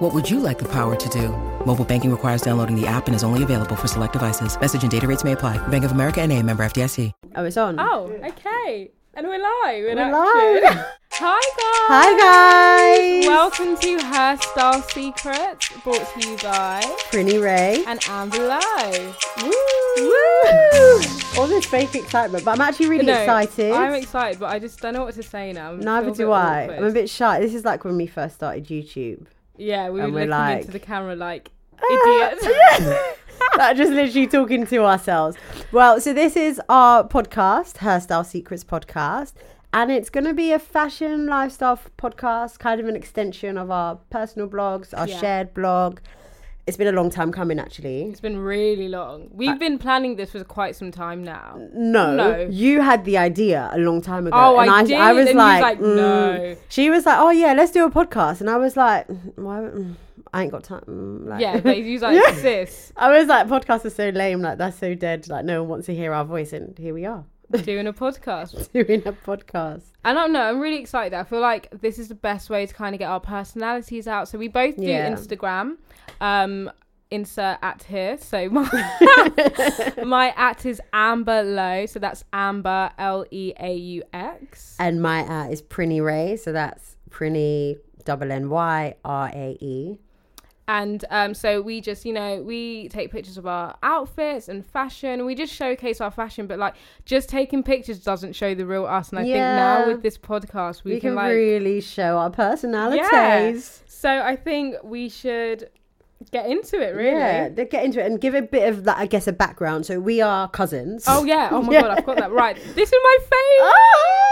What would you like the power to do? Mobile banking requires downloading the app and is only available for select devices. Message and data rates may apply. Bank of America and a member FDIC. Oh, it's on. Oh, okay. And we're live. In We're action. live. Hi Hi guys. guys. Welcome to Hairstyle Secrets, brought to you by Prinny Ray. an Amber Lowe. Woo! Woo! All this fake excitement, but I'm actually really No, excited. I'm excited, but I just don't know what to say now. I'm Neither still do a bit I. awkward. I'm a bit shy. This is like when we first started YouTube. Yeah, we were and we're looking like- "Ah, into the camera like idiots. like just literally talking to ourselves. Well, so this is our podcast, Hairstyle Secrets podcast, and it's going to be a fashion lifestyle f- podcast, kind of an extension of our personal blogs, our Yeah. shared blog. It's been a long time coming, actually. It's been really long. We've been planning this for quite some time now. No, No. you had the idea a long time ago. Oh, I did, and you was like, mm. no. She was like, oh yeah, let's do a podcast, and I was like, mm, why? mm, I ain't got time. mm, Like, Yeah, but he's like, Yeah. sis, I was like, podcasts are so lame. Like that's so dead. Like no one wants to hear our voice, and here we are doing a podcast. doing a podcast. And I don't know, I'm really excited. I feel like this is the best way to kind of get our personalities out. So we both do Yeah. Instagram. Um, insert at here. So my my at is Amber Low. So that's Amber L E A U X. And my uh, is Prinny Ray, so that's Prinny double N Y R A E. And um, so we just, you know, we take pictures of our outfits and fashion. We just showcase our fashion, but like just taking pictures doesn't show the real us. And I Yeah. think now with this podcast, we, We can like really show our yeah. personalities. So I think we should get into it, really. Yeah, they get into it and give a bit of that, I guess, a background. So we are cousins. Oh yeah. Oh my Yeah. god, I've got that right. This is my favorite. Oh!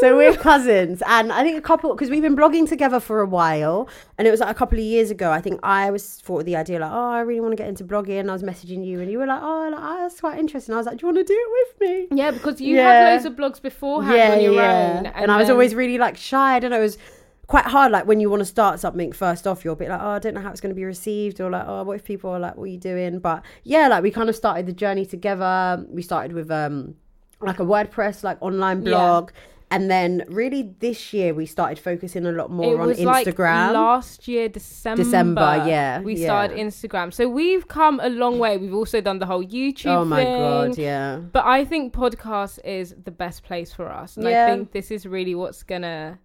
So we're cousins, and I think a couple because we've been blogging together for a while, and it was like a couple of years ago. I think I was thought of the idea like, oh, I really want to get into blogging. And I was messaging you, and you were like, oh, like, oh, that's quite interesting. I was like, do you want to do it with me? Yeah, because you Yeah. had loads of blogs beforehand on your own, And, I was then- always really like shy. I don't know. It was quite hard. Like when you want to start something first off, you're a bit like, oh, I don't know how it's going to be received, or like, oh, what if people are like, what are you doing? But yeah, like we kind of started the journey together. We started with um like a WordPress like online Yeah. blog. And then, really, this year we started focusing a lot more it on was Instagram. Like last year, December. December, yeah, We yeah. started Instagram, so we've come a long way. We've also done the whole YouTube. oh my thing. god, yeah. But I think podcast is the best place for us, and Yeah. I think this is really what's gonna.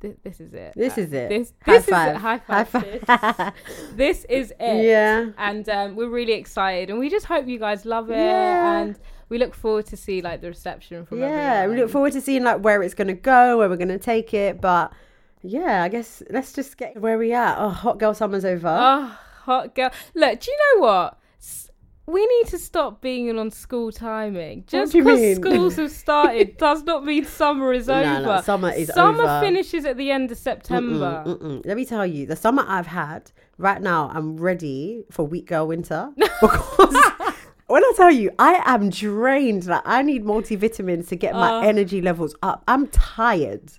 This, this is it. This is it. Uh, This, High this is it. five. High High five. five. sis. this is it. Yeah. And um, we're really excited, and we just hope you guys love it, Yeah. and we look forward to see like the reception from Yeah, we everyone. look forward to seeing like where it's going to go, where we're going to take it. But yeah, I guess let's just get where we are. Oh, hot girl summer's over. Oh, hot girl. Look, do you know what? S- We need to stop being in on school timing. Just do you because mean? schools have started does not mean summer is No, over. no, summer is summer over. finishes at the end of September. Mm-mm. Let me tell you, the summer I've had right now, I'm ready for weak girl winter because. When I tell you, I am drained. Like I need multivitamins to get Oh. my energy levels up. I'm tired.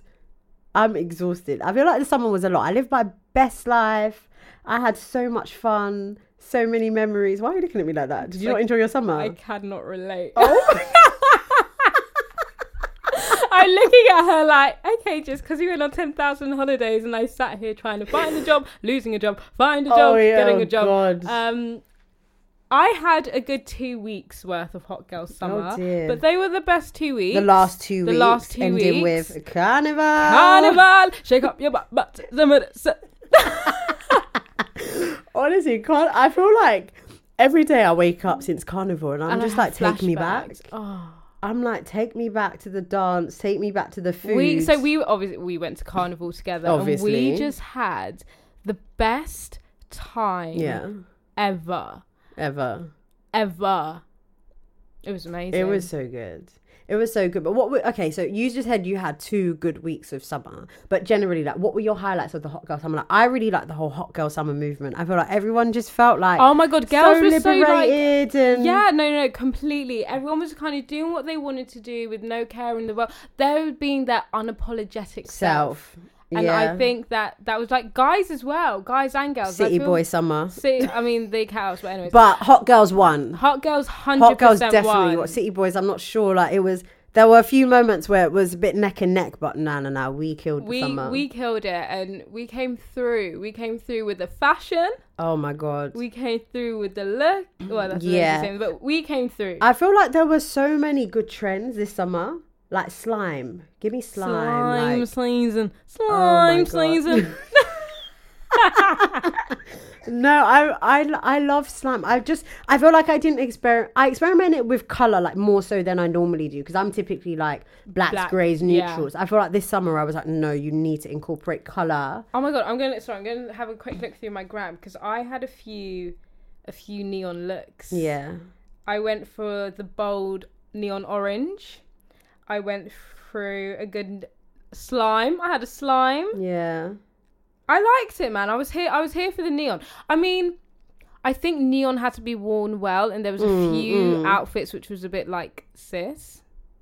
I'm exhausted. I feel like the summer was a lot. I lived my best life. I had so much fun, so many memories. Why are you looking at me like that? Did you not like- enjoy your summer? I cannot relate. Oh I'm looking at her like, okay, just because you went on 10,000 holidays and I sat here trying to find a job, losing a job, find a job, Oh, yeah, getting oh, a job. God. Um, I had a good two weeks worth of Hot Girl Summer, Oh, dear. but they were the best two weeks. the last two the weeks, last two ending weeks. with carnival. Carnival, shake up your butt, butt. the minute- so- Honestly, can't, I feel like every day I wake up since carnival and I'm And I just like, have take me back. flashbacks. Oh. I'm like, take me back to the dance, take me back to the food. We so we were- obviously we went to carnival together, and Obviously. we just had the best time yeah, ever, ever. ever. It was amazing. It was so good. It was so good. But what were okay? So you just said you had two good weeks of summer, but generally, like, what were your highlights of the hot girl summer? Like, I really like the whole hot girl summer movement. I feel like everyone just felt like Oh my God, girls so were so, like- liberated and Yeah, no, no, completely. Everyone was kind of doing what they wanted to do with no care in the world. They were being their unapologetic self. self. And yeah. I think that that was like guys as well, guys and girls. I city feel- boy summer, City, I mean, the cows, but anyways. but hot girls won. Hot girls, hundred Hot percent. girls definitely. What city boys? I'm not sure. Like it was. There were a few moments where it was a bit neck and neck, but no, no, no. We killed the we summer. we killed it, and we came through. We came through with the fashion. oh my god. We came through with the look. Well, that's Yeah. yeah. Thing, but we came through. I feel like there were so many good trends this summer, like slime. Give me slime. slime like- Oh season. my Slime God. season. no, I, I I love slime. I just I feel like I didn't experiment. I experimented with color like more so than I normally do because I'm typically like blacks, Black, grays, yeah. neutrals. I feel like this summer I was like, no, you need to incorporate color. Oh my god, I'm gonna sorry, I'm gonna have a quick look through my gram because I had a few a few neon looks. Yeah, I went for the bold neon orange. I went through a good slime. I had a slime. yeah. I liked it, man. I was here I was here for the neon. I mean, I think neon had to be worn well and there was a Mm, few outfits which was a bit like sis.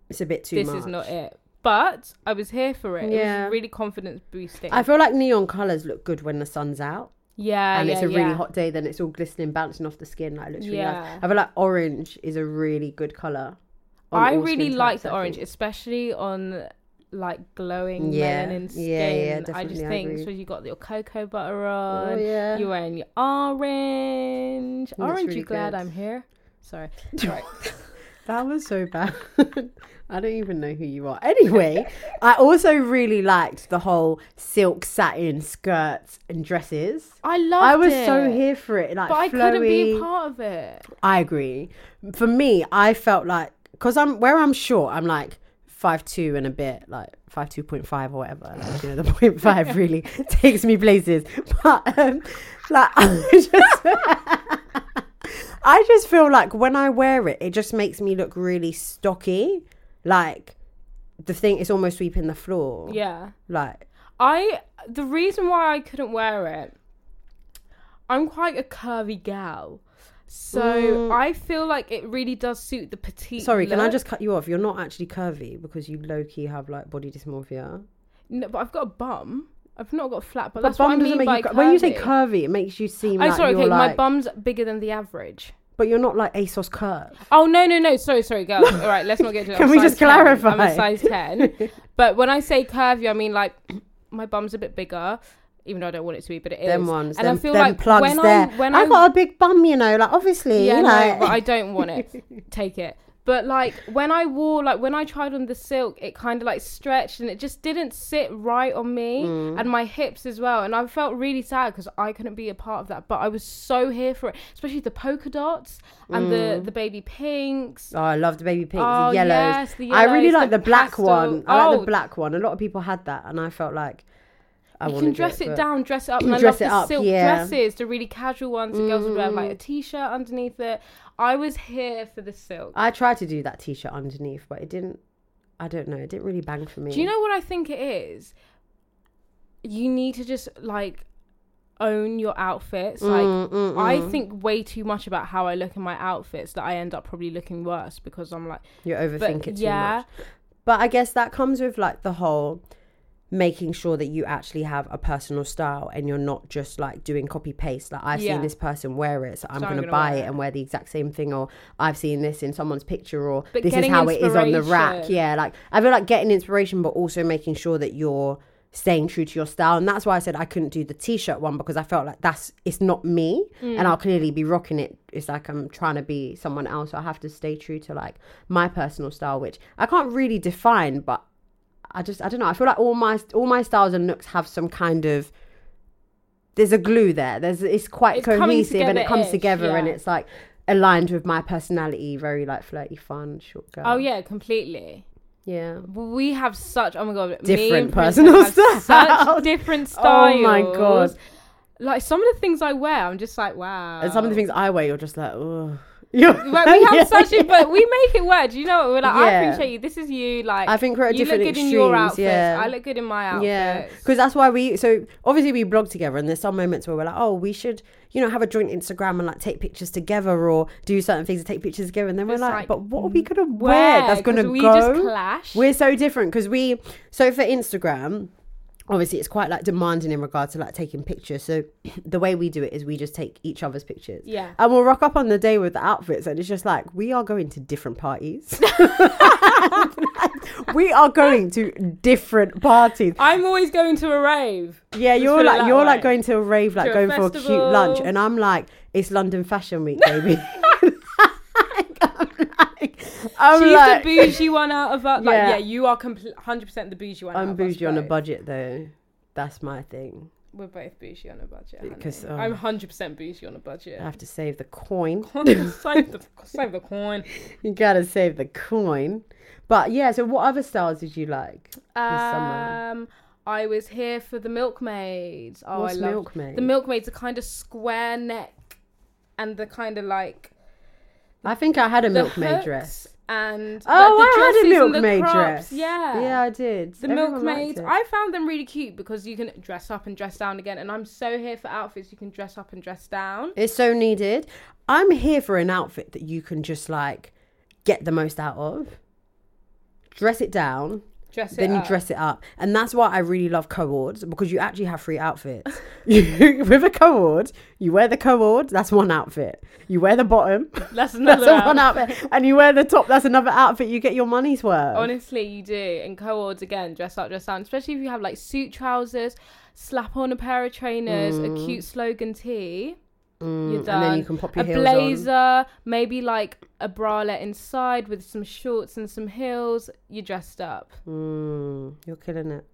It's a bit too This much. is not it. But I was here for it. It Yeah. was really confidence boosting. I feel like neon colors look good when the sun's out. yeah, and yeah, it's a Oh, yeah. really hot day, then it's all glistening, bouncing off the skin. Like it looks really Yeah. nice. I feel like orange is a really good color. on I all really skin like types, the I orange, think. especially on like glowing Yeah, melanin skin. yeah, yeah, I just definitely, I think agree. Oh, so. You got your cocoa butter on. yeah. You're wearing your orange. orange, really you glad good. I'm here? Sorry. That was so bad. I don't even know who you are. Anyway, I also really liked the whole silk satin skirts and dresses. I loved I was it, so here for it. Like but I couldn't be a flowy. part of it. I agree. For me, I felt like because I'm where I'm short, I'm like five two and a bit, like five two point five or whatever. Like, you know, the point five really takes me places. But um, like I just, I just feel like when I wear it, it just makes me look really stocky. Like the thing is almost sweeping the floor. Yeah. Like I the reason why I couldn't wear it, I'm quite a curvy gal. So I feel like it really does suit the petite. Mm. sorry, can I look. just cut you off? You're not actually curvy because you low key have like body dysmorphia. No, but I've got a bum. I've not got a flat bum. But That's bum what I mean doesn't make by you. cur- When you say curvy. curvy, it makes you seem. I'm like sorry. you're Okay, my like- bum's bigger than the average. But you're not like ASOS curve. Oh no, no, no. Sorry, sorry, girls. All right, let's not get to that. Can I'm we size just 10. I'm clarify? a size ten. but when I say curvy, I mean like my bum's a bit bigger, even though I don't want it to be, but it is. Them ones. And them, I feel them like plugs when there. I when I I got a big bum, you know. Like obviously, yeah, like, no, but I don't want it. Take it. But like when I wore, like when I tried on the silk, it kind of like stretched and it just didn't sit right on me Mm. and my hips as well. And I felt really sad because I couldn't be a part of that. But I was so here for it, especially the polka dots and Mm. the the baby pinks. Oh, I love the baby pink, Oh, the yellows. yes, the I really yellows, like the, the black pastel. one. I like Oh. the black one. A lot of people had that, and I felt like I You wanted can dress it, but- down, dress it up, and I Dress love it the up, silk yeah. Mm. dresses, the really casual ones. The girls would wear like a t-shirt underneath it. I was here for the silk. I tried to do that t-shirt underneath, but it didn't. I don't know. It didn't really bang for me. Do you know what I think it is? You need to just like own your outfits. Mm, Like I think way too much about how I look in my outfits that I end up probably looking worse because I'm like You overthink it too yeah. much. But I guess that comes with like the whole making sure that you actually have a personal style and you're not just like doing copy paste. Like I've Yeah. seen this person wear it, so I'm So I'm gonna, gonna buy wear it and wear the exact same thing. Or I've seen this in someone's picture, or But this is getting how it is on the rack. inspiration. Yeah, like I feel like getting inspiration, but also making sure that you're staying true to your style and that's why i said i couldn't do the t-shirt one because i felt like that's it's not me Mm. and i'll clearly be rocking it it's like i'm trying to be someone else so i have to stay true to like my personal style which i can't really define but I just I don't know. I feel like all my all my styles and looks have some kind of there's a glue there. There's it's quite It's coming cohesive and it comes together-ish, together and yeah. it's like aligned with my personality. Very like flirty, fun, short girl. Oh yeah, completely. yeah. We have such oh my god me Different and Princess personal styles. have such different styles. Oh my God. Like some of the things I wear, I'm just like wow. And some of the things I wear, you're just like, oh, You're- Like we have Yeah. such a but we make it work. Do you know what? We're like, I Yeah. appreciate you. This is you. Like I think we're at you different look good in your extremes, outfits. yeah. I look good in my outfits. Yeah, because that's why we. So obviously we blog together, and there's some moments where we're like, oh, we should, you know, have a joint Instagram and like take pictures together, or do certain things and take pictures together. And then we're It's like, like, but what are we gonna wear? where? That's 'Cause gonna we go. just clash. We're so different because we. So for Instagram. Obviously, it's quite like demanding in regards to like taking pictures. So, the way we do it is we just take each other's pictures. Yeah. And we'll rock up on the day with the outfits, and it's just like we are going to different parties. we are going to different parties. I'm always going to a rave. Yeah, Let's you're put it like that you're like way. going to a rave, like a going for a cute lunch, festival. and I'm like, it's London Fashion Week, baby. I'm like, I'm She's like- the bougie one out of us. Like, Yeah. yeah. you are hundred percent the bougie one. out I'm of us bougie on a both. budget though. That's my thing. We're both bougie on a budget. honey. 'Cause, oh. I'm hundred percent bougie on a budget. I have to save the coin. save the save the coin. you gotta save the coin. But yeah, so what other styles did you like? summer. Um, I was here for the milkmaids. Oh, What's I love Milkmaid? the milkmaids. Are kind of square neck, and the kind of like I think I had a the milkmaid hooks dress. and Oh, like, the I had a dresses and the milkmaid crops. dress. Yeah, yeah, I did. The Everyone liked milkmaids. it. I found them really cute because you can dress up and dress down again, and I'm so here for outfits. You can dress up and dress down. It's so needed. I'm here for an outfit that you can just like get the most out of. Dress it down, Dress it then you up. dress it up. And that's why I really love co-ords because you actually have three outfits. You- With a co-ord, you wear the co-ord, that's one outfit. You wear the bottom, That's that's another one outfit. And you wear the top, that's another outfit. You get your money's worth. Honestly, you do. And co-ords again, dress up, dress down. Especially if you have like suit trousers, slap on a pair of trainers, a cute slogan tee. you're Mm. and done. then you can pop your a heels on. blazer, maybe like a bralette inside with some shorts and some heels. You're dressed up. Mm, you're killing it.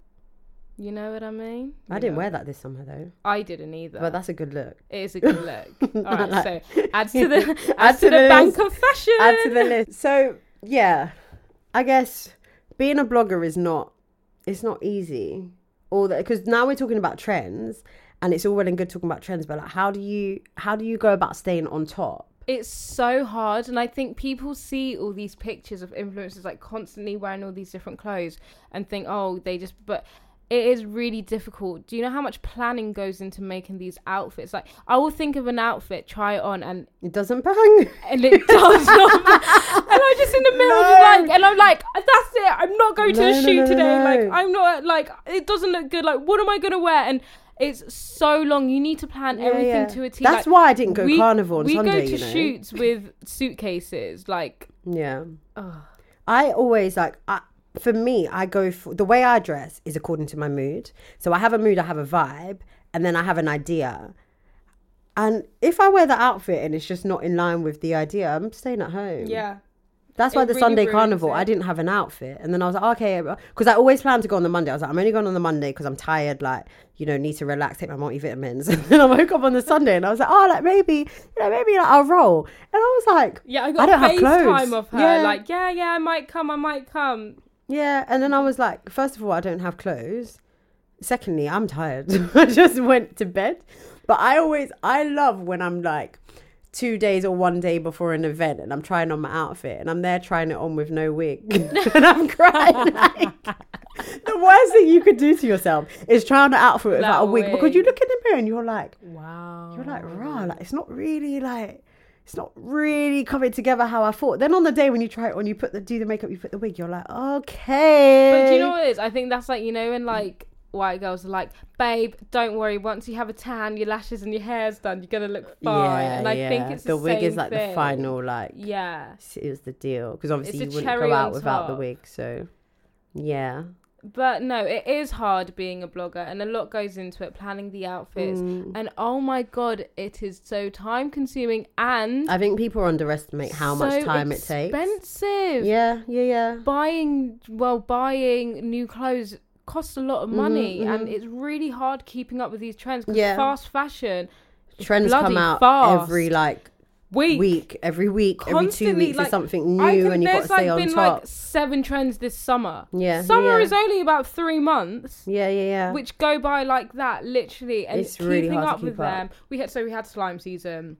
You know what I mean? I didn't wear that this summer though, I didn't either. but that's a good look. it is a good look. All right, like- so add to the add, Add to, to the, the bank list. of fashion. add to the list. So yeah, I guess being a blogger is not it's not easy. All that because now we're talking about trends, and it's all well and good talking about trends, but like, how do you how do you go about staying on top? it's so hard and i think people see all these pictures of influencers like constantly wearing all these different clothes and think oh they just but it is really difficult do you know how much planning goes into making these outfits like i will think of an outfit try it on and It doesn't bang. and it does not and i'm just in the middle of No. like and i'm like that's it i'm not going No, to no, the shoot no, no, today no. like i'm not like it doesn't look good like what am i going to wear and it's so long. You need to plan everything yeah. to a T. That's like, why I didn't go carnival on we Sunday, go to you know. shoots with suitcases. Like, Yeah, oh, I always like I. For me, I go for the way I dress is according to my mood. So I have a mood, I have a vibe, and then I have an idea. And if I wear the outfit and it's just not in line with the idea, I'm staying at home. yeah. That's why It the really Sunday ruins carnival, I it. didn't have an outfit. And then I was like, okay, because I always planned to go on the Monday. I was like, I'm only going on the Monday because I'm tired, like, you know, need to relax, take my multivitamins. And then I woke up on the Sunday and I was like, oh, like maybe, you know, maybe like, I'll roll. And I was like, Yeah, I got don't have clothes. FaceTime of her. Yeah. Like, yeah, yeah, I might come, I might come. yeah. And then I was like, first of all, I don't have clothes. Secondly, I'm tired. I just went to bed. But I always, I love when I'm like, Two days or one day before an event, and I'm trying on my outfit, and I'm there trying it on with no wig, and I'm crying. like, the worst thing you could do to yourself is try on an outfit without a Without a wig because you wig. look in the mirror and you're like, Wow. you're like, rah, like it's not really like it's not really coming together how I thought. Then on the day when you try it on, you put the do the makeup, you put the wig, you're like, okay. But do you know what it is? I think that's like, you know, when like white girls are like, babe, don't worry. Once you have a tan, your lashes and your hair's done, you're going to look fine. Yeah, and I yeah. think it's the the, wig is same like the thing. final like Yeah. it was the deal because obviously a you wouldn't cherry go on out without the top. wig, so yeah. But no, it is hard being a blogger and a lot goes into it, planning the outfits. Mm. And oh my God, it is so time consuming and I think people underestimate how much so time it takes. Expensive. Yeah, yeah, yeah. buying well buying new clothes costs a lot of money and it's really hard keeping up with these trends 'cause Mm-hmm, Yeah. fast fashion is Trends come bloody out fast. every like week, week, every week, every two weeks, there's something new, I can- and you got to there's, like, stay on been top. like seven trends this summer Yeah, summer yeah. is only about three months yeah, yeah, yeah. which go by like that literally and It's keeping really hard to up keep with up. them we had so we had slime season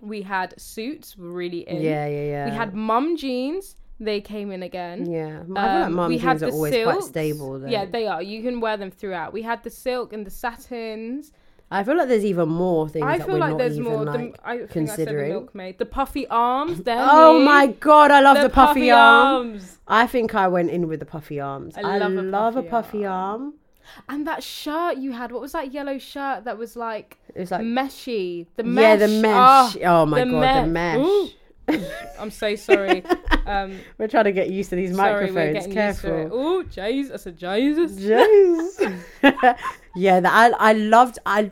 We had suits, were really in. Yeah, yeah, yeah. We had mum jeans. They came in again. Yeah, I feel like Um, mum we had jeans are the always quite silks. stable. Though. Yeah, they are. You can wear them throughout. We had the silk and the satins. I feel like there's even more things I that feel we're like not there's even more. like the, I think I said the considering. milkmaid. The puffy arms. They're oh new. my god, I love the, puffy, arm. arms. I think I went in with the puffy arms. I, love, a, puffy arm. And that shirt you had. What was that yellow shirt that was like It was like meshy? The mesh. Ah, yeah, the mesh. Oh, my the god, the mesh. mesh. Ooh. I'm so sorry. Um, We're trying to get used to these sorry, we're microphones. getting used to Careful. it. Oh, Jesus! I said Jesus. Jeez. yeah, that I I loved I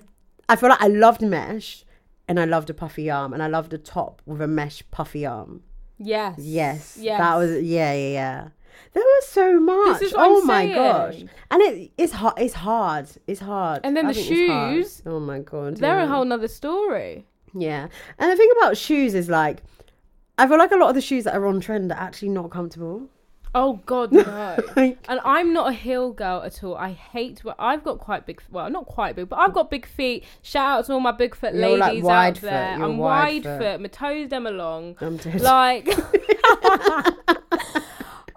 I feel like I loved mesh and I loved a puffy arm and I loved a top with a mesh puffy arm. Yes. Yes. Yes. That was yeah, yeah, yeah. There was so much. is what oh I'm my saying. gosh. And it it's hard it's hard. It's hard. And then the think it's hard. shoes, Oh my god. They're yeah. a whole nother story. Yeah. And the thing about shoes is like I feel like a lot of the shoes that are on trend are actually not comfortable. Oh God, no. Like And I'm not a heel girl at all. I hate where I've got quite big. Well, not quite big, but I've got big feet. Shout out to all my big foot You're, like, ladies wide out foot. there. You're I'm wide wide foot. foot. My toes them along. I'm dead. Like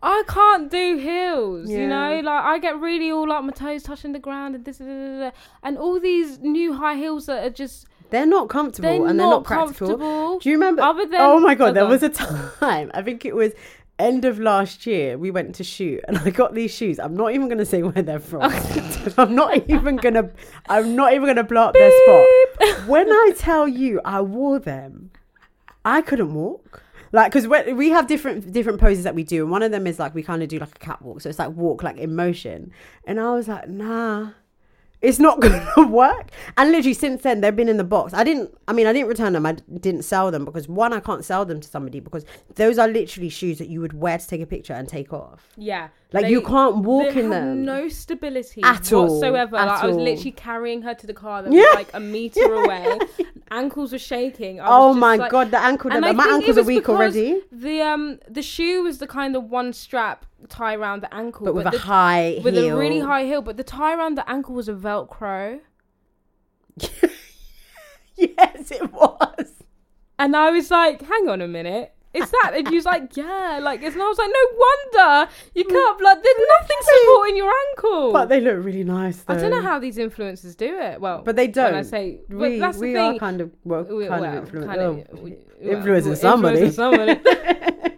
I can't do heels. You know, Yeah. like I get really all like my toes touching the ground and this da, da, da, da. and all these new high heels that are just They're not comfortable They're and they're not not practical. comfortable. Do you remember? Other than- oh my god, there Hold was a time. I think it was end of last year. We went to shoot, and I got these shoes. I'm not even going to say where they're from. I'm not even going to. I'm not even going to blow up their spot. When I tell you, I wore them. I couldn't walk. Like, because we have different different poses that we do, and one of them is like we kind of do like a catwalk, so it's like walk like in motion. And I was like, nah, it's not gonna work. And literally since then, they've been in the box. I didn't. I mean, I didn't return them. I d- didn't sell them because one, I can't sell them to somebody because those are literally shoes that you would wear to take a picture and take off. Yeah. Like, you can't walk they in have them. No stability At all, whatsoever. at like, I was all. literally carrying her to the car that Yeah. was like a meter Yeah. away. Ankles were shaking. I Oh was just my like- God, the ankle And down- I my think it ankles are was weak because already. The um the shoe was the kind of one strap tie around the ankle, But with a the- high with heel. a really high heel. But the tie around the ankle was a Velcro, yes, it was. and I was like, "Hang on a minute." Is that and you was like, yeah, like it's and I was like, no wonder you can't like there's nothing supporting your ankle. Mm. But they look really nice. Though. I don't know how these influencers do it. Well, But they don't. When I say we, well, that's the we thing. are kind of well, We- kind well, of influ- kind oh, of- we- well, influencing we're somebody. influencing somebody.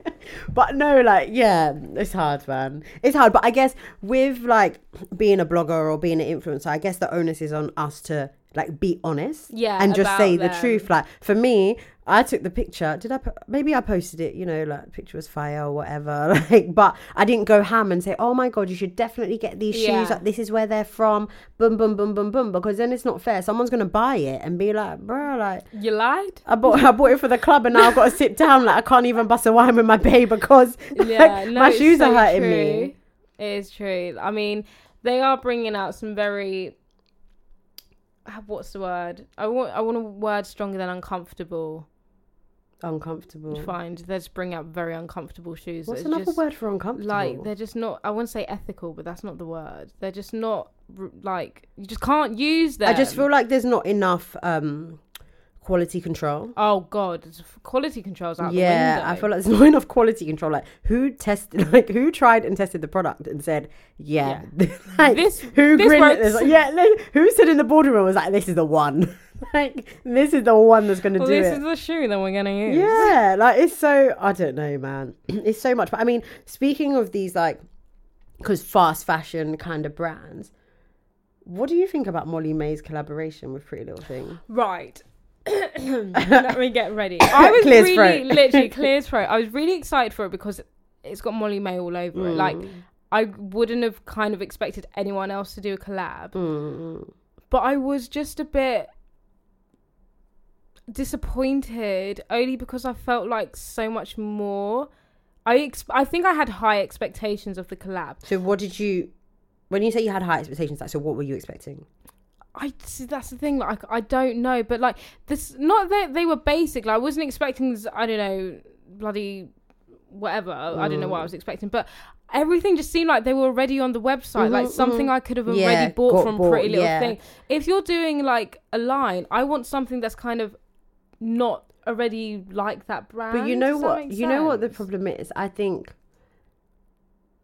but no, like, yeah, it's hard, man. It's hard. But I guess with like being a blogger or being an influencer, I guess the onus is on us to like be honest, Yeah, and just about say the them. truth. Like for me, I took the picture. Did I? Po- maybe I posted it. You know, like the picture was fire or whatever. Like, but I didn't go ham and say, "Oh my god, you should definitely get these Yeah. shoes. Like, this is where they're from." Boom, boom, boom, boom, boom. Because then it's not fair. Someone's gonna buy it and be like, "Bro, like." you lied. I bought I bought it for the club and now I've got to sit down like I can't even bust a wine with my bae because like, Yeah, no, my it's shoes so are hurting true. me. It is true. I mean, they are bringing out some very. ah, What's the word? I want. I want a word stronger than uncomfortable. Uncomfortable. Find they just bring out very uncomfortable shoes. Mm. What's that are another just, word for uncomfortable? Like they're just not. I wouldn't say ethical, but that's not the word. They're just not r- like you just can't use them. I just feel like there's not enough um quality control. Oh God, it's- quality controls out the Yeah, window. I feel like there's not enough quality control. Like who tested, like who tried and tested the product and said, yeah, like, This- who this grinned at works. this? Yeah, like, who said in the boardroom and was like, this is the one, like this is the one that's gonna Well, do this it. is the shoe that we're gonna use. Yeah, like it's so I don't know, man. It's so much. But I mean, speaking of these like because fast fashion kind of brands, what do you think about Molly May's collaboration with Pretty Little Thing? Right. Let me get ready. I was Clear his really, throat. literally clear throat. I was really excited for it because it's got Molly May all over it. Like, Mm. I wouldn't have kind of expected anyone else to do a collab, Mm. but I was just a bit disappointed only because I felt like so much more. I ex- I think I had high expectations of the collab. So what did you when you say you had high expectations? Like, so what were you expecting? I see, that's the thing. Like I don't know, but like this, not that they were basic. Like I wasn't expecting. this, I don't know, bloody whatever. I don't know Mm. what I was expecting, but everything just seemed like they were already on the website. like something I could have already Mm-hmm, Yeah, bought got from bought, Pretty Little yeah. Thing. If you're doing like a line, I want something that's kind of not already like that brand. But you know Does that what? make You know what the sense? problem is? I think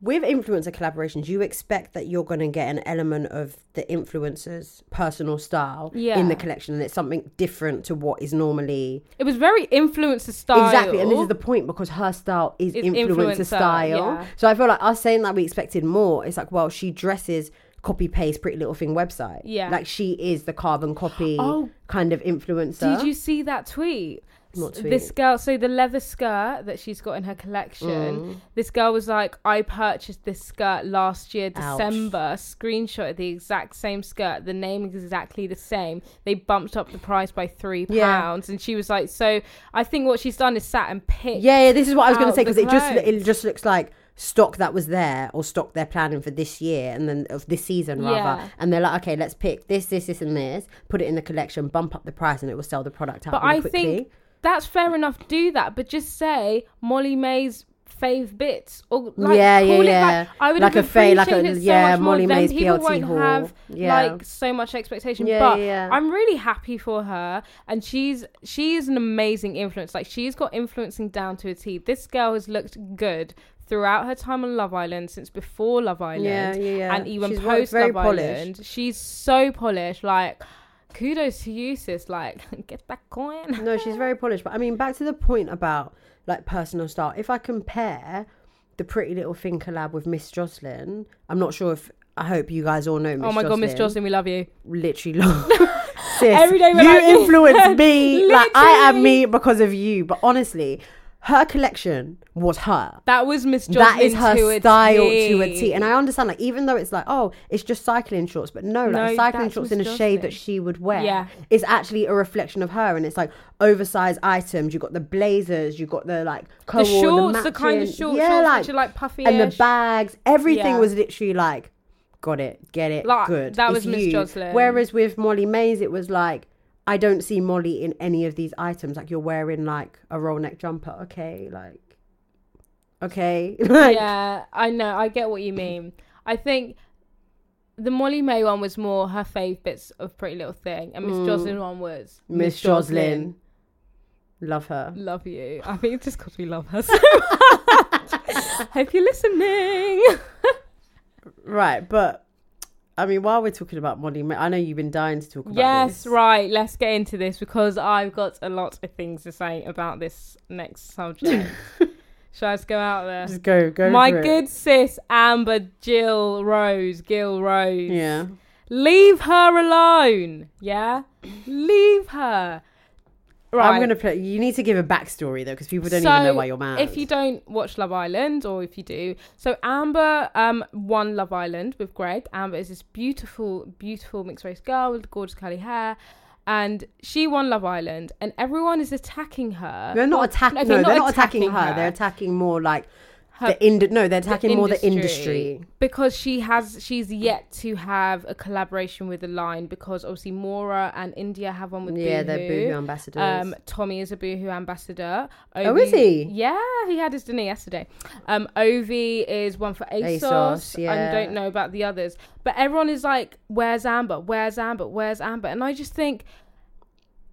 with influencer collaborations, you expect that you're going to get an element of the influencer's personal style in Yeah. the collection, and it's something different to what is normally It was very influencer style. exactly. And this is the point because her style is It's influencer, influencer, style. yeah. So I feel like us saying that we expected more. It's like, well, she dresses copy paste Pretty Little Thing website. Yeah. like she is the carbon copy Oh. kind of influencer. Did you see that tweet? What S- This tweet? girl, so the leather skirt that she's got in her collection, Mm. this girl was like, I purchased this skirt last year, Ouch. December, screenshot the exact same skirt, the name is exactly the same. They bumped up the price by three Yeah. pounds. And she was like, So I think what she's done is sat and picked. Yeah, yeah, this is what I was going to out say the because it just clothes. it just looks like stock that was there or stock they're planning for this year and then of this season rather Yeah. and they're like okay let's pick this this this and this put it in the collection bump up the price and it will sell the product out But really I quickly think that's fair enough. Do that, but just say Molly May's fave bits or like Yeah, call yeah, it yeah. Like, I would Like have a fave- like appreciated a- it so yeah, much Molly more. Then May's people BLT won't have haul. Yeah. like so much expectation. Yeah, but yeah, yeah. I'm really happy for her, and she's she is an amazing influence. Like she's got influencing down to a T. This girl has looked good. Throughout her time on Love Island, since before Love Island, Yeah, yeah, yeah. and even She's very- post very Love polished. Island, she's so polished. Like, kudos to you, sis. Like, get that coin. no she's very polished but I mean back to the point about like personal style if I compare the Pretty Little Thing collab with Miss Jocelyn I'm not sure if I hope you guys all know Miss Oh my god, Miss Jocelyn, we love you. literally love. Sis, Every day we're you like- influence me. like I am Literally. me because of you. But honestly, her collection was her. That was Miss Jocelyn. That is her to a style to a T. T. And I understand, like, even though it's like, oh, it's just cycling shorts, but no, like, No, cycling that's shorts in Miss a shade that Jocelyn. she would wear Yeah. is actually a reflection of her. And it's like oversized items. You got the blazers, you got the like co the shorts, the, kind of shorts, yeah, shorts like, which are like puffy. and the bags, everything Yeah. was literally like, got it, get it, Like, good. that it's was Miss you. Jocelyn. Whereas with Molly Mays, it was like, I don't see Molly in any of these items. Like you're wearing like a roll neck jumper, okay, like, okay, like, Yeah, I know. I get what you mean. I think the Molly May one was more her fave bits of Pretty Little Thing, and Miss Jocelyn one was Mm. Miss Jocelyn. Love her. Love you. I think it's just because we love her so much. Hope you're listening. Right, but I mean, while we're talking about Molly May, I know you've been dying to talk about yes, this. right. Let's get into this because I've got a lot of things to say about this next subject. Shall I just go out there? Just go, go. My for it. good sis Amber Jill Rose, Gil Rose. Yeah. Leave her alone. Yeah? Leave her. Right. I'm gonna play. You need to give a backstory though, because people don't even know why you're mad. If you don't watch Love Island, or if you do, so Amber um won Love Island with Greg. Amber is this beautiful, beautiful mixed race girl with gorgeous curly hair. And she won Love Island, and everyone is attacking her. They're not Well, attacking. okay, no, they're not attacking, her. They're attacking more like the ind. No, they're attacking more the industry. because she has she's yet to have a collaboration with the line because obviously Mora and India have one with Yeah, Boohoo. they're Boohoo ambassadors. Um, Tommy is a Boohoo ambassador. Oh, is Ovi- he? Yeah, he had his dinner yesterday. Um, Ovi is one for ASOS. ASOS, I yeah. don't know about the others, but everyone is like, "Where's Amber? Where's Amber? Where's Amber?" And I just think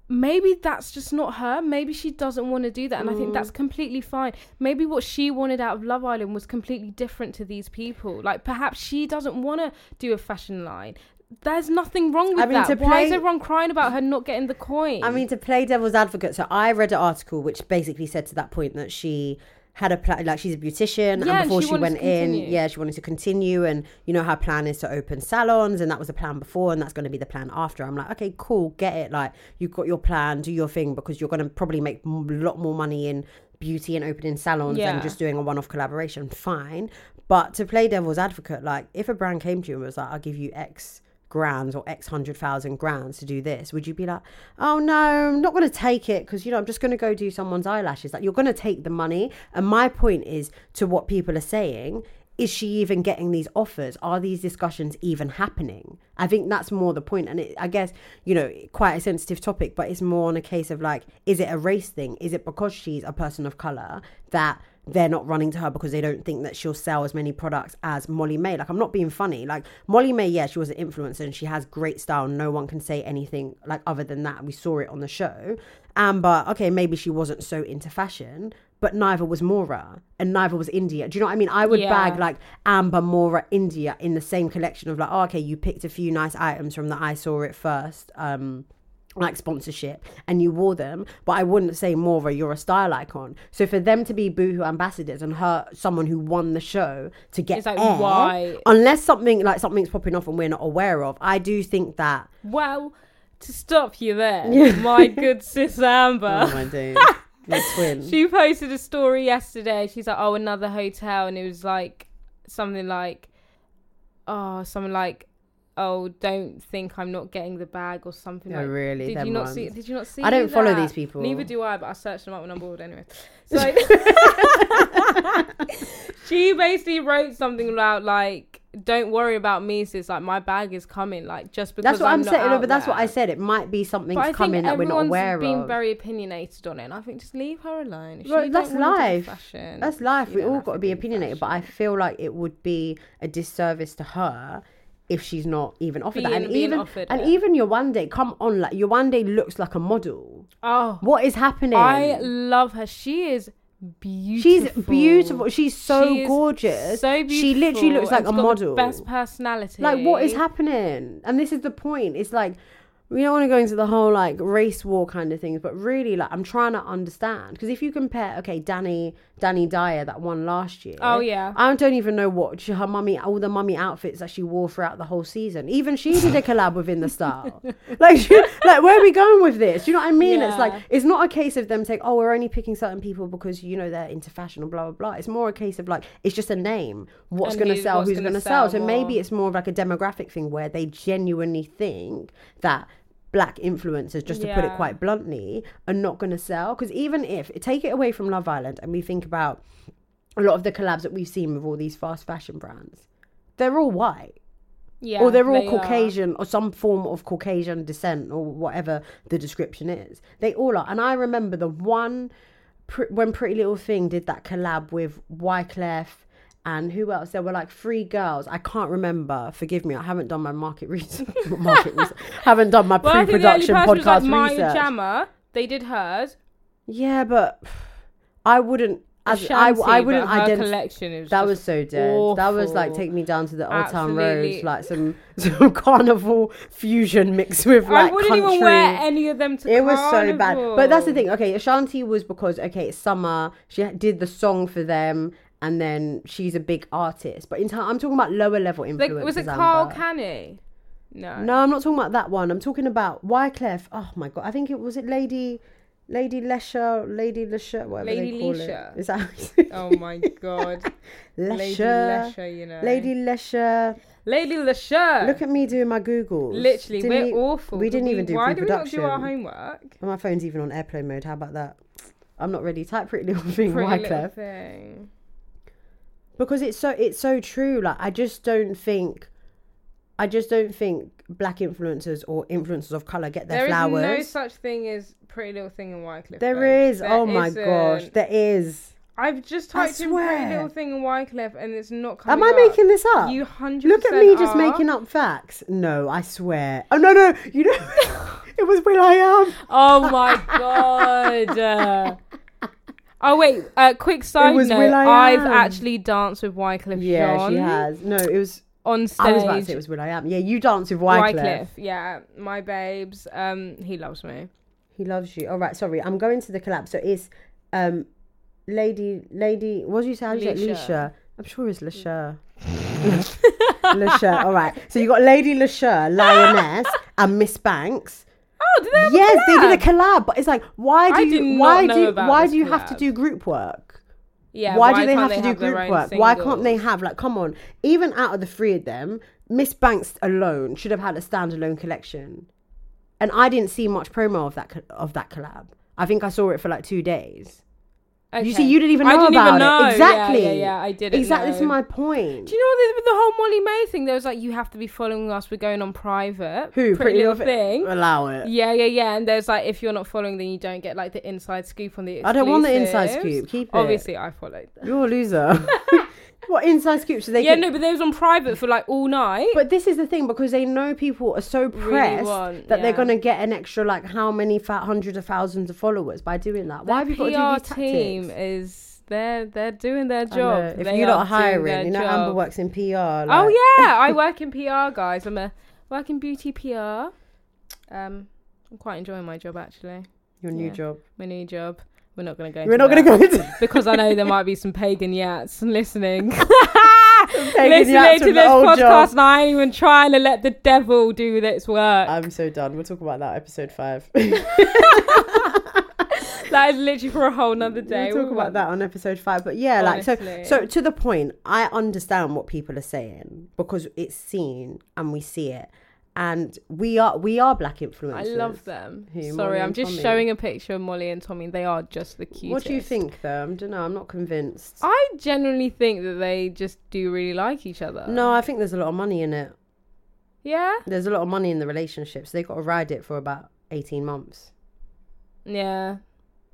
maybe that's just not her. Maybe she doesn't want to do that. And I Mm. think that's completely fine. Maybe what she wanted out of Love Island was completely different to these people. Like perhaps she doesn't want to do a fashion line. There's nothing wrong with mean, that. to Why is play- everyone crying about her not getting the coin? I mean, to play devil's advocate, so I read an article which basically said to that point that she had a plan, like she's a beautician, Yeah, and and before she she, wanted to went in, continue. yeah, she wanted to continue, and you know, her plan is to open salons, and that was the plan before, and that's going to be the plan after. I'm like, okay, cool, get it, like you've got your plan, do your thing, because you're going to probably make a lot more money in beauty and opening salons Yeah. and just doing a one-off collaboration, fine. But to play devil's advocate, like if a brand came to you and was like, I'll give you X grands or X hundred thousand grands to do this, would you be like, oh no, I'm not going to take it because, you know, I'm just going to go do someone's eyelashes? Like, you're going to take the money. And my point is to what people are saying. Is she even getting these offers? Are these discussions even happening? I think that's more the point. And it, I guess, you know, quite a sensitive topic, but it's more on a case of like, is it a race thing? Is it because she's a person of color that they're not running to her because they don't think that she'll sell as many products as Molly May. Like, I'm not being funny. Like, Molly May, yeah, she was an influencer and she has great style. No one can say anything like other than that. We saw it on the show. Amber, okay, maybe she wasn't so into fashion, but neither was Mora and neither was India. Do you know what I mean? I would Yeah. bag like Amber, Mora, India in the same collection of like, oh, okay, you picked a few nice items from the I saw it first. Um, like sponsorship and you wore them but i wouldn't say mora you're a style icon so for them to be boohoo ambassadors and her someone who won the show to get It's like, air, why? unless something like something's popping off and we're not aware of i do think that Well, to stop you there, my good sis Amber. Oh my dude my twin She posted a story yesterday. She's like, "Oh, another hotel," and it was like something like, "Oh, something like, oh, don't think I'm not getting the bag or something." Oh, like. really? Did Them you not ones. see? Did you not see? I don't follow that? these people. Neither do I, but I search them up when I'm bored anyway. So she basically wrote something about like, "Don't worry about me, sis. Like my bag is coming. Like just because that's what I'm, i'm not saying no, out but that's what i there." said it might be something's But I coming think that we're not everyone's aware being of very opinionated on it, and I think just leave her alone. If Well, she that's don't wanna do life. Fashion, That's life. you We don't all have got to to be do opinionated, but I feel like it would be a disservice to her if she's not even offered that. Being- And being even offered and it. even your one day, come on, like your one day looks like a model. oh, What is happening? I love her. She is She's beautiful. beautiful. She's so She is gorgeous. So beautiful. She literally looks like and a she's got the model. best personality. Like, what is happening? And this is the point. It's like, we don't want to go into the whole like race war kind of things, but really, like, I'm trying to understand because if you compare, okay, Danny, Danny Dyer that won last year. Oh, yeah. I don't even know what she, her mummy, all the mummy outfits that she wore throughout the whole season. Even she did a collab within the style. like, you- like, where are we going with this? Do you know what I mean? It's like Yeah. it's not a case of them saying, "Oh, we're only picking certain people because you know they're into fashion or blah blah blah." It's more a case of like it's just a name. What's And going to who- sell? what's who's gonna going to sell? sell So maybe more. it's more of like a demographic thing where they genuinely think that black influencers, just to put it Yeah. quite bluntly, are not going to sell. Because even if take it away from Love Island and we think about a lot of the collabs that we've seen with all these fast fashion brands, they're all white Yeah, or they're all they are. Caucasian or some form of Caucasian descent or whatever the description is. They all are. And I remember the one pr- when Pretty Little Thing did that collab with Wyclef and who else? There were like three girls. I can't remember. Forgive me. I haven't done my market research. market research. haven't done my Well, I think the only pre-production person was podcast like Maya research. Jama. They did hers. yeah, but I wouldn't. As I, Ashanti, I wouldn't but her identify. collection is That just was so dead. That was like awful. take me down to the old town road, Absolutely. like some some carnival fusion mixed with like I wouldn't country. even wear any of them to it was so bad. But that's the Carnival. thing. Okay, Ashanti was because okay, it's summer. She did the song for them, and then she's a big artist. But in time, I'm talking about lower level Like, influence. was it Carl Canny? No. No, I'm not talking about that one. I'm talking about Wyclef. Oh my god, I think it was it Lady. Lady Lesher, Lady Lesher, whatever they Lady call Leisha. it. Is that Oh my god. Lady Lesher, Lesher, you know. Lady Lesher. Lady Lesher. Look at me doing my Googles. Uh, Literally, Didn't we're e- awful. We Did didn't even do Why did we not pre-production. do our homework? My phone's even on airplane mode. How about that? I'm not ready. Type pretty little thing, Pretty little Wyclef. thing. Because it's so it's so true. Like I just don't think, I just don't think black influencers or influencers of color get their There is flowers. no such thing as Pretty Little Thing in Wycliffe. there though. is. oh There my gosh, isn't. there is. I've just typed in swear. Pretty Little Thing in Wycliffe and it's not Am coming I up. making this up? You 100% Look at me just are. making up facts. No, I swear. Oh no no, you know, it was Will I Am. Oh my god. Uh, Oh wait! Uh, quick side was note: Will.i.am. I've actually danced with Wycliffe Yeah, Jean she has. No, it was. on stage. I was about to say it was Will I Am. Yeah, you dance with Wyclef. Wycliffe, yeah, my babes. Um, he loves me. He loves you. All right, sorry. I'm going to the collab. So it's um Lady Lady what do you say? How do you say it? Leisha. Leisha? I'm sure it's Leisha. Leisha. All right. So you got Lady Leisha, Lioness, and Miss Banks. Oh, did they have a Yes, they did collab? a collab, but it's like why do I you did not why know do about why this do you have to collab. do group work? Yeah. why, do they can't have to do their group own work? Why can't singles? they have like come on? Even out of the three of them, Miss Banks alone should have had a standalone collection, and I didn't see much promo of that co- of that collab. I think I saw it for like two days. You Okay. see, you didn't even know I didn't about even know. it. Exactly. Yeah, yeah, yeah, I didn't Exactly. This is know. my point. Do you know with the whole Molly May thing? There was like, you have to be following us. We're going on private. Who? Pretty, little, thing. Allow it. Yeah, yeah, yeah. And there's like, if you're not following, then you don't get like the inside scoop on the. I don't want the inside exclusives. scoop. Keep it. Obviously, I followed. Them. You're a loser. what inside scoop? So they Yeah, can- no, but those on private for like all night. But this is the thing because they know people are so pressed want, that they're yeah. gonna get an extra like how many fat hundreds of thousands of followers by doing that. Why have you PR got to do these team tactics? is they're they're doing their I know. job. If They you're are not doing hiring, their you know Amber job. works in PR. Oh like- yeah, I work in PR, guys. I'm a work in beauty PR. Um, I'm quite enjoying my job actually. your new Yeah. job. My new job. We're not gonna go. We're not going gonna go into because I know there might be some pagan yats listening, taking listening you out to to this the old podcast, job. and I ain't even trying to let the devil do this work. I'm so done. We'll talk about that episode five. that is literally for a whole nother day. We'll talk about that on episode five. But yeah, like so. So Honestly. to the point, I understand what people are saying because it's seen and we see it, and we are we are black influencers. I love them. Who, Molly Sorry, I'm and just Tommy? showing a picture of Molly and Tommy. They are just the cutest. What do you think, though? I don't know. I'm not convinced. I generally think that they just do really like each other. no, I think there's a lot of money in it. Yeah. There's a lot of money in the relationship, so they got to ride it for about 18 months Yeah.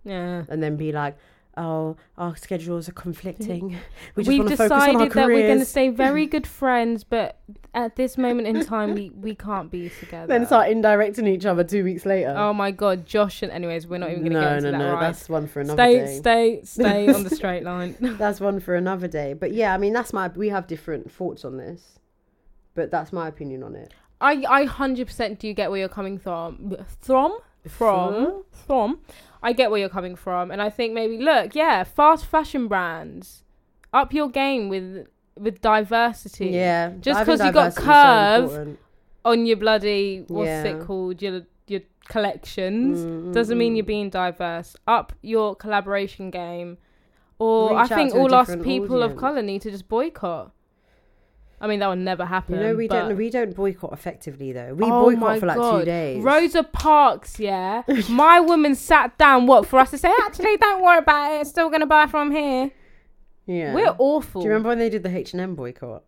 Yeah. and then be like, "Oh, our schedules are conflicting. We just We've want to focus on our decided that we're going to careers." stay very good friends, but at this moment in time, we, we can't be together. Then start indirecting each other two weeks later. Oh my god, Josh and anyways, we're not even going to get no, no, into that. no. right? That's one for another stay, day. stay, stay on the straight line. That's one for another day. But yeah, I mean, that's my. We have different thoughts on this, but that's my opinion on it. I I hundred percent do get where you're coming from. From from from. I get where you're coming from, and I think maybe look, yeah, fast fashion brands, up your game with with diversity. Yeah, just I think because you got diversity is so curve important. on your bloody what's Yeah. Mm-hmm. it called your your collections doesn't mean you're being diverse. Up your collaboration game, or Reach I out think to a all us different people of audience. color need to just boycott. I mean that would never happen. You know, we but- don't we don't boycott effectively though. We Oh boycott my for like God. two days. Rosa Parks, yeah. My woman sat down, what, for us to say, actually, don't worry about it. Still going to buy from here. yeah. We're awful. Do you remember when they did the H and M boycott?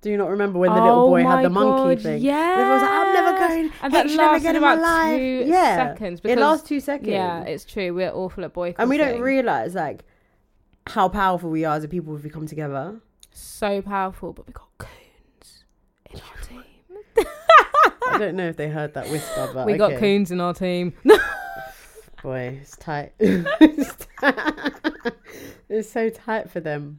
Do you not remember when the little Oh boy had my the monkey God, thing? yeah. And everyone was like, "I'm never going And that H&M lasted again in my about life." two yeah. seconds it because- lasts two seconds. Yeah, it's true. We're awful at boycotting. and we don't realize like how powerful we are as a people if we come together. So powerful, but we got coons in our team. I don't know if they heard that whisper, but We got okay. coons in our team. Boy, it's tight. it's tight. It's so tight for them.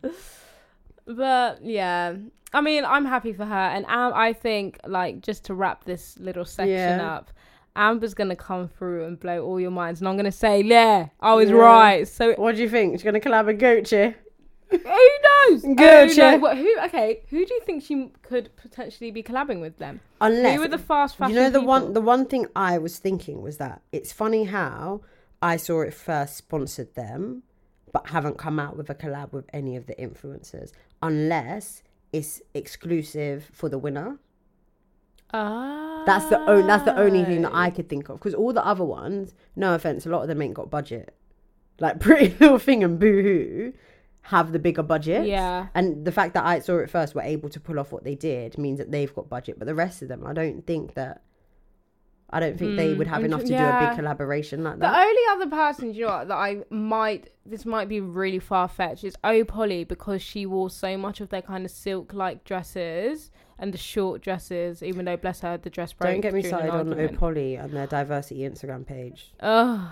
But yeah, I mean, I'm happy for her, and Am- I think like just to wrap this little section Yeah. up, Amber's gonna come through and blow all your minds, and I'm gonna say, yeah, I was Yeah. right. So What do you think? She's gonna collab with Gucci. who knows? Who Good, yeah. knows? What- who? Okay, who do you think she m- could potentially be collabing with them? Unless who are the fast fashion? you know the one people? the one thing i was thinking was that it's funny how i saw it first sponsored them but haven't come out with a collab with any of the influencers unless it's exclusive for the winner Ah, that's the only that's the only thing that Oh. i could think of because all the other ones no offense a lot of them ain't got budget like pretty little thing and boohoo have the bigger budget Yeah. and the fact that i saw it first were able to pull off what they did means that they've got budget but the rest of them i don't think that i don't think they would have enough to do a Mm, yeah. big collaboration like The that only other person, you know, what, that I might this might be really far fetched is O Polly because she wore so much of their kind of silk like dresses and the short dresses, even though bless her the dress broke. don't get me during an started on Oh argument. opoly and their diversity instagram page Ugh,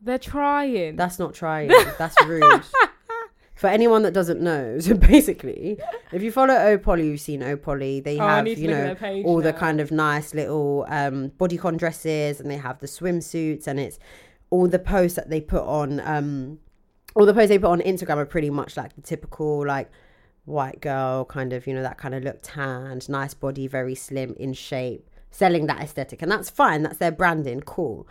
they're trying. that's not trying that's rude For anyone that doesn't know, so basically, if you follow Opoly, you've seen Opoly. They Oh, I have, need to you look at know, their page all the now. kind of nice little um, bodycon dresses, and they have the swimsuits, and it's all the posts that they put on. Um, all the posts they put on Instagram are pretty much like the typical like white girl kind of, you know, that kind of look, tanned, nice body, very slim, in shape, selling that aesthetic, and that's fine. That's their branding, cool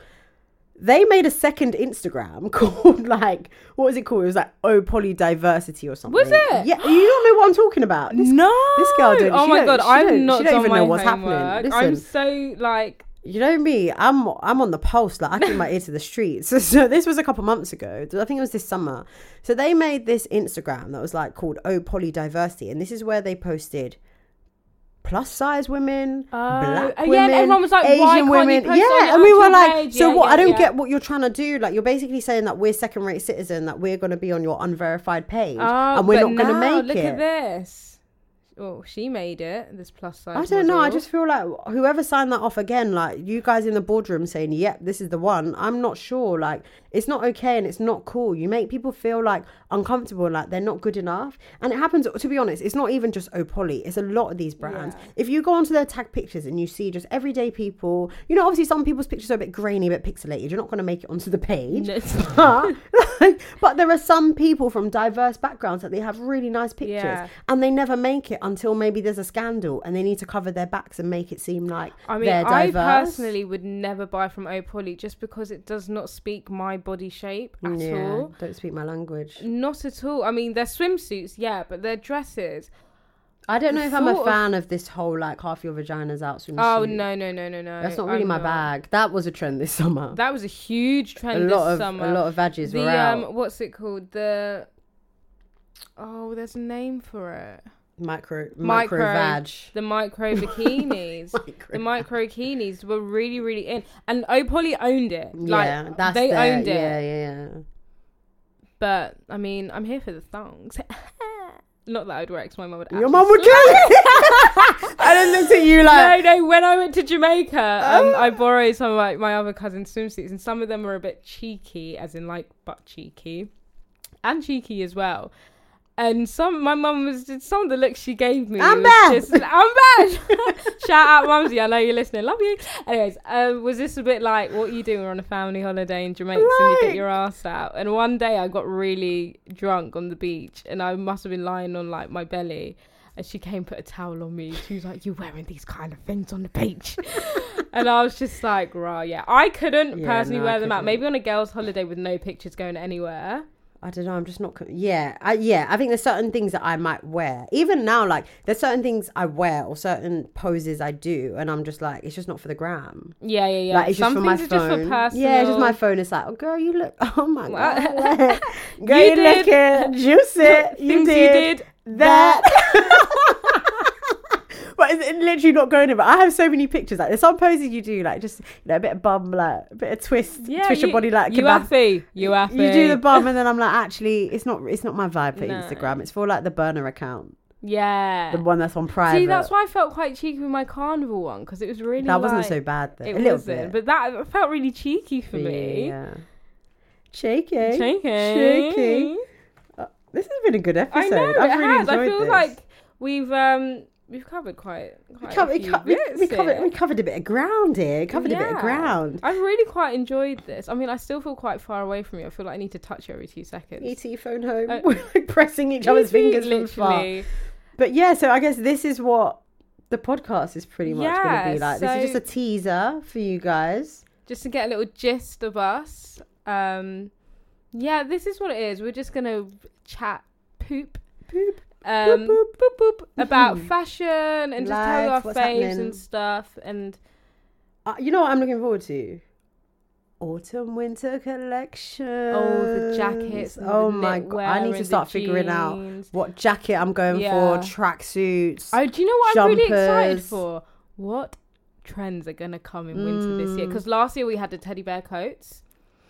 they made a second Instagram called like what was it called? It was like oh poly diversity or something. Was it? Yeah, you don't know what I'm talking about. This, no, this girl don't- Oh she my don't- god, she I'm don't- not she don't done even my know what's happening. homework. Listen. I'm so like You know me, I'm I'm on the pulse, like I keep my ear to the streets. So this was a couple months ago. I think it was this summer. So they made this Instagram that was like called Oh Poly Diversity, and this is where they posted plus size women, black oh, women, yeah, and everyone was like, Asian "Why can't you women. post on yeah, your and we were actual like, page?" so Yeah, what? yeah, I don't yeah. get what you're trying to do. Like you're basically saying that we're second rate citizen, that we're going to be on your unverified page, Oh, and we're but not going to now, make look it. at this. Oh, she made it. This plus size. I don't know. I model. just feel like whoever signed that off again, like you guys in the boardroom saying, "Yep, this is the one." I'm not sure. Like it's not okay and it's not cool. You make people feel like uncomfortable, like they're not good enough. And it happens. To be honest, it's not even just Opoly. It's a lot of these brands. If you go onto their tag pictures and you see just everyday people, you know, obviously some people's pictures are a bit grainy, a bit pixelated. You're not going to make it onto the page. but, like, but there are some people from diverse backgrounds that they have really nice pictures Yeah. and they never make it until maybe there's a scandal and they need to cover their backs and make it seem like I mean, they're I diverse. personally would never buy from Opoly just because it does not speak my body shape at yeah, all. don't speak my language. Not at all. I mean, their swimsuits, yeah, but their dresses. I don't know if I'm a thought of- fan of, this whole like half your vagina's out swimsuit. Oh no, no, no, no, no. that's not really I'm my not. bag. That was a trend this summer. That was a huge trend a lot this of summer. a lot of vaggies the were out. um, what's it called? The oh, there's a name for it. micro micro vag. the micro bikinis. Micro the micro bikinis were really, really in, and Opoly owned it. Like, yeah, that's they their- owned it. Yeah, yeah, yeah. But I mean, I'm here for the thongs. Not that I'd wear it 'cause my mum would. Your actually mum would slap kill it. I didn't look at you Ah. like. no, no. When I went to Jamaica, um, I borrowed some of my, my other cousin's swimsuits, and some of them were a bit cheeky, as in like butt cheeky, and cheeky as well. And some, my mum was did some of the looks she gave me. I'm was back. just- I'm back. Shout out, Mumsy. I know you're listening. Love you. Anyways, um, was this a bit like what you do? We're on a family holiday in Jamaica, and you get Like- your ass out. And one day I got really drunk on the beach, and I must have been lying on like my belly. And she came, put a towel on me. She was like, "You wearing these kind of things on the beach?" and I was just like, "Rah, yeah." I couldn't Yeah, personally no, I wear them out. couldn't. Maybe on a girls' holiday with no pictures going anywhere. I don't know. I'm just not. co- Yeah, I, yeah. I think there's certain things that I might wear. Even now, like there's certain things I wear or certain poses I do, and I'm just like, it's just not for the gram. Yeah, yeah, yeah. Like it's Some just for my things phone. are just for personal. Yeah, it's just my phone. It's like, oh, girl, you look. Oh my god, Wow. like, girl, you, You looking juicy. You Things you did, did that. But it's literally not going in. But I have so many pictures. Like there's some poses you do, like just you know a bit of bum, like a bit of twist, Yeah, twist your you- body like a you kebab happy. You happy. you do the bum and then I'm like, actually, it's not it's not my vibe for No. Instagram. It's for like the burner account, yeah. the one that's on private. See, that's why I felt quite cheeky with my carnival one because it was really that wasn't like- so bad though. It a little wasn't, bit, but that it felt really cheeky for me. yeah. Shaky, Cheeky. shaky. This has been a good episode. I know. have it really has. enjoyed I feel this. like we've um we've covered quite quite we, covered, a we, few co- we- bits we covered, here. we covered a bit of ground here. Covered a bit of Yeah. ground. I've really quite enjoyed this. I mean, I still feel quite far away from you. I feel like I need to touch you every two seconds. ET E phone home. Uh, E We're like pressing each other's fingers from far. Literally. But yeah, so I guess this is what the podcast is pretty much going to Yeah, be like. this is so- just a teaser for you guys. just to get a little gist of us. Um, yeah, this is what it is. We're just gonna chat poop. Boop. Um, boop. Mm-hmm. boop, boop, about fashion and just tell you Life, our what's faves happening. and stuff. And Uh, you know what I'm looking forward to? Autumn winter collection. Oh, the jackets and Uh, oh the my god! I knitwear need and to the start figuring out jeans. what jacket I'm going Yeah. for. Tracksuits. oh, do you know what I'm really excited Jumpers. for? What trends are gonna come in winter this Mm. year? Because last year we had the teddy bear coats,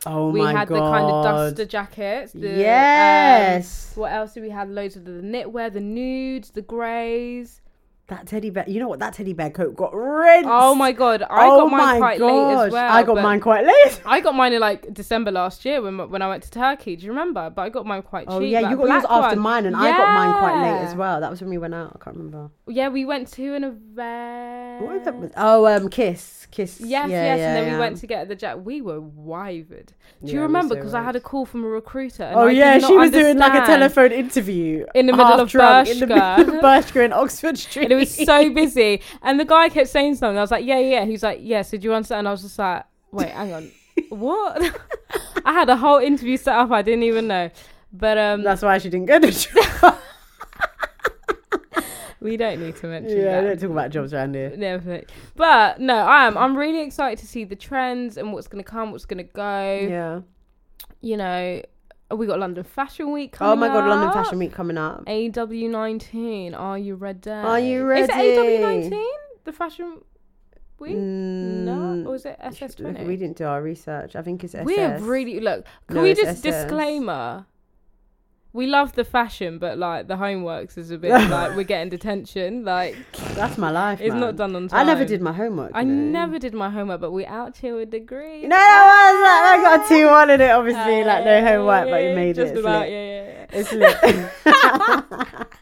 Oh we my had god! the kind of duster jackets. The, um, yes, what else did we have? Loads of the knitwear, the nudes, the greys. that teddy bear. You know what? That teddy bear coat got rinsed. Oh my god, I Oh got mine my quite late gosh, as well. I got but mine quite late. I got mine in like December last year when when I went to Turkey. Do you remember? But I got mine quite cheap. Oh yeah, like you a got yours black after one. mine, and I got mine quite late as Yeah. well. That was when we went out. I can't remember. Yeah, we went to an event. What was that? Oh, um, Kiss, Kiss. Yes, Yeah, yes, yeah, and then yeah. we went to get the jet. We were wivered. Do Yeah, we you were remember? so Because I had a call from a recruiter. and Oh I did yeah, not she was doing like a understand. telephone interview In the middle half of drunk, in the Bershka. middle of Bershka in Oxford Street. And it was so busy. And the guy kept saying something. I was like, yeah, yeah. He was like, yeah, so do you understand? And I was just like, wait, hang on. what? I had a whole interview set up. I didn't even know. But um, That's why she didn't go to. we don't need to mention Yeah, I that. don't talk about jobs around here. Never. But no, I am. I'm really excited to see the trends and what's going to come, what's going to go. Yeah. You know, we got London Fashion Week coming Oh my god, London up. Fashion Week coming up. AW19. Are you ready? Are you Is it ready? AW19? The Fashion Week? Mm, no. Or is it SS20? We didn't do our research. I think it's SS. We're really look. Can No, we it's just SS. disclaimer? We love the fashion, but like the homeworks is a bit like we're getting detention. Like That's my life. it's man. not done on I time. never did my homework. I you know. never did my homework, but we out here with degrees. No, no, I, was like, I got two one in it. Obviously, like no homework, but you made Uh, just it. It's lit. about, yeah, yeah, yeah. It's lit.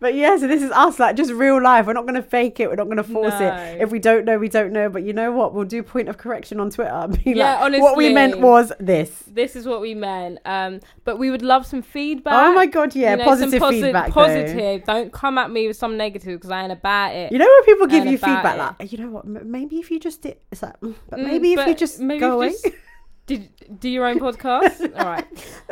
But yeah, so this is us, like just real life. We're not going to fake it. We're not going to force No. it. If we don't know, we don't know. But you know what? We'll do point of correction on Twitter. and Be Yeah, like, what we meant was honestly. this. This is what we meant. Um, but we would love some feedback. oh my god, yeah, You know, some positive posi- feedback. though. Positive. Don't come at me with some negative because I ain't about it. You know when people give and you about feedback, it. like you know what? m- Maybe if you just did, it's like, mm, but Mm, maybe if you but just maybe if go you away. just did, do your own podcast. All right.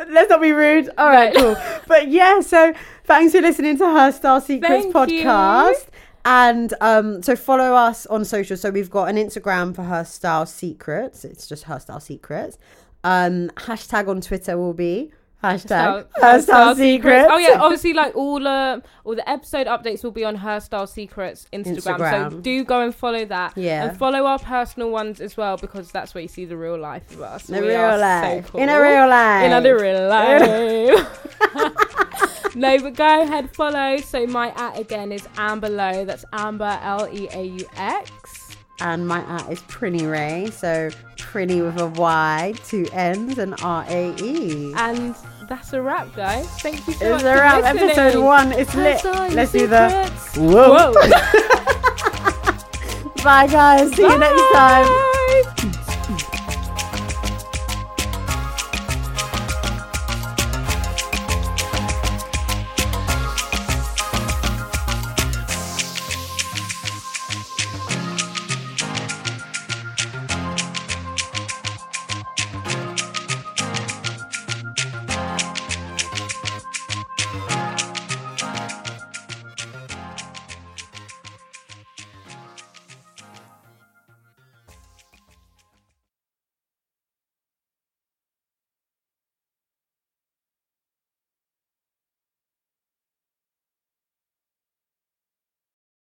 Let's not be rude. All right, No. cool. But yeah, so thanks for listening to Her Style Secrets Thank you. podcast. And um, so follow us on social. So we've got an Instagram for Her Style Secrets. It's just Her Style Secrets. Um, hashtag on Twitter will be hashtag Style- Her Style Secrets. Oh yeah, obviously like all uh, all the episode updates will be on Her Style Secrets Instagram. So Instagram. do go and follow that. Yeah. And follow our personal ones as well because that's where you see the real life of us. In a We real are so life. cool. In a real life. In a real life. no, but go ahead, follow. So my at again is Amber Low. That's Amber L E A U X. And my at is Prinny Ray. So Prinny with a Y, two N's, and R A E. And that's a wrap, guys. Thank you so much. It's for around listening. episode one. It's lit. Hashtag Let's do the. secrets. Whoa. Whoa. Bye, guys. See you next time. Bye.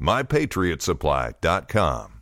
mypatriotsupply.com.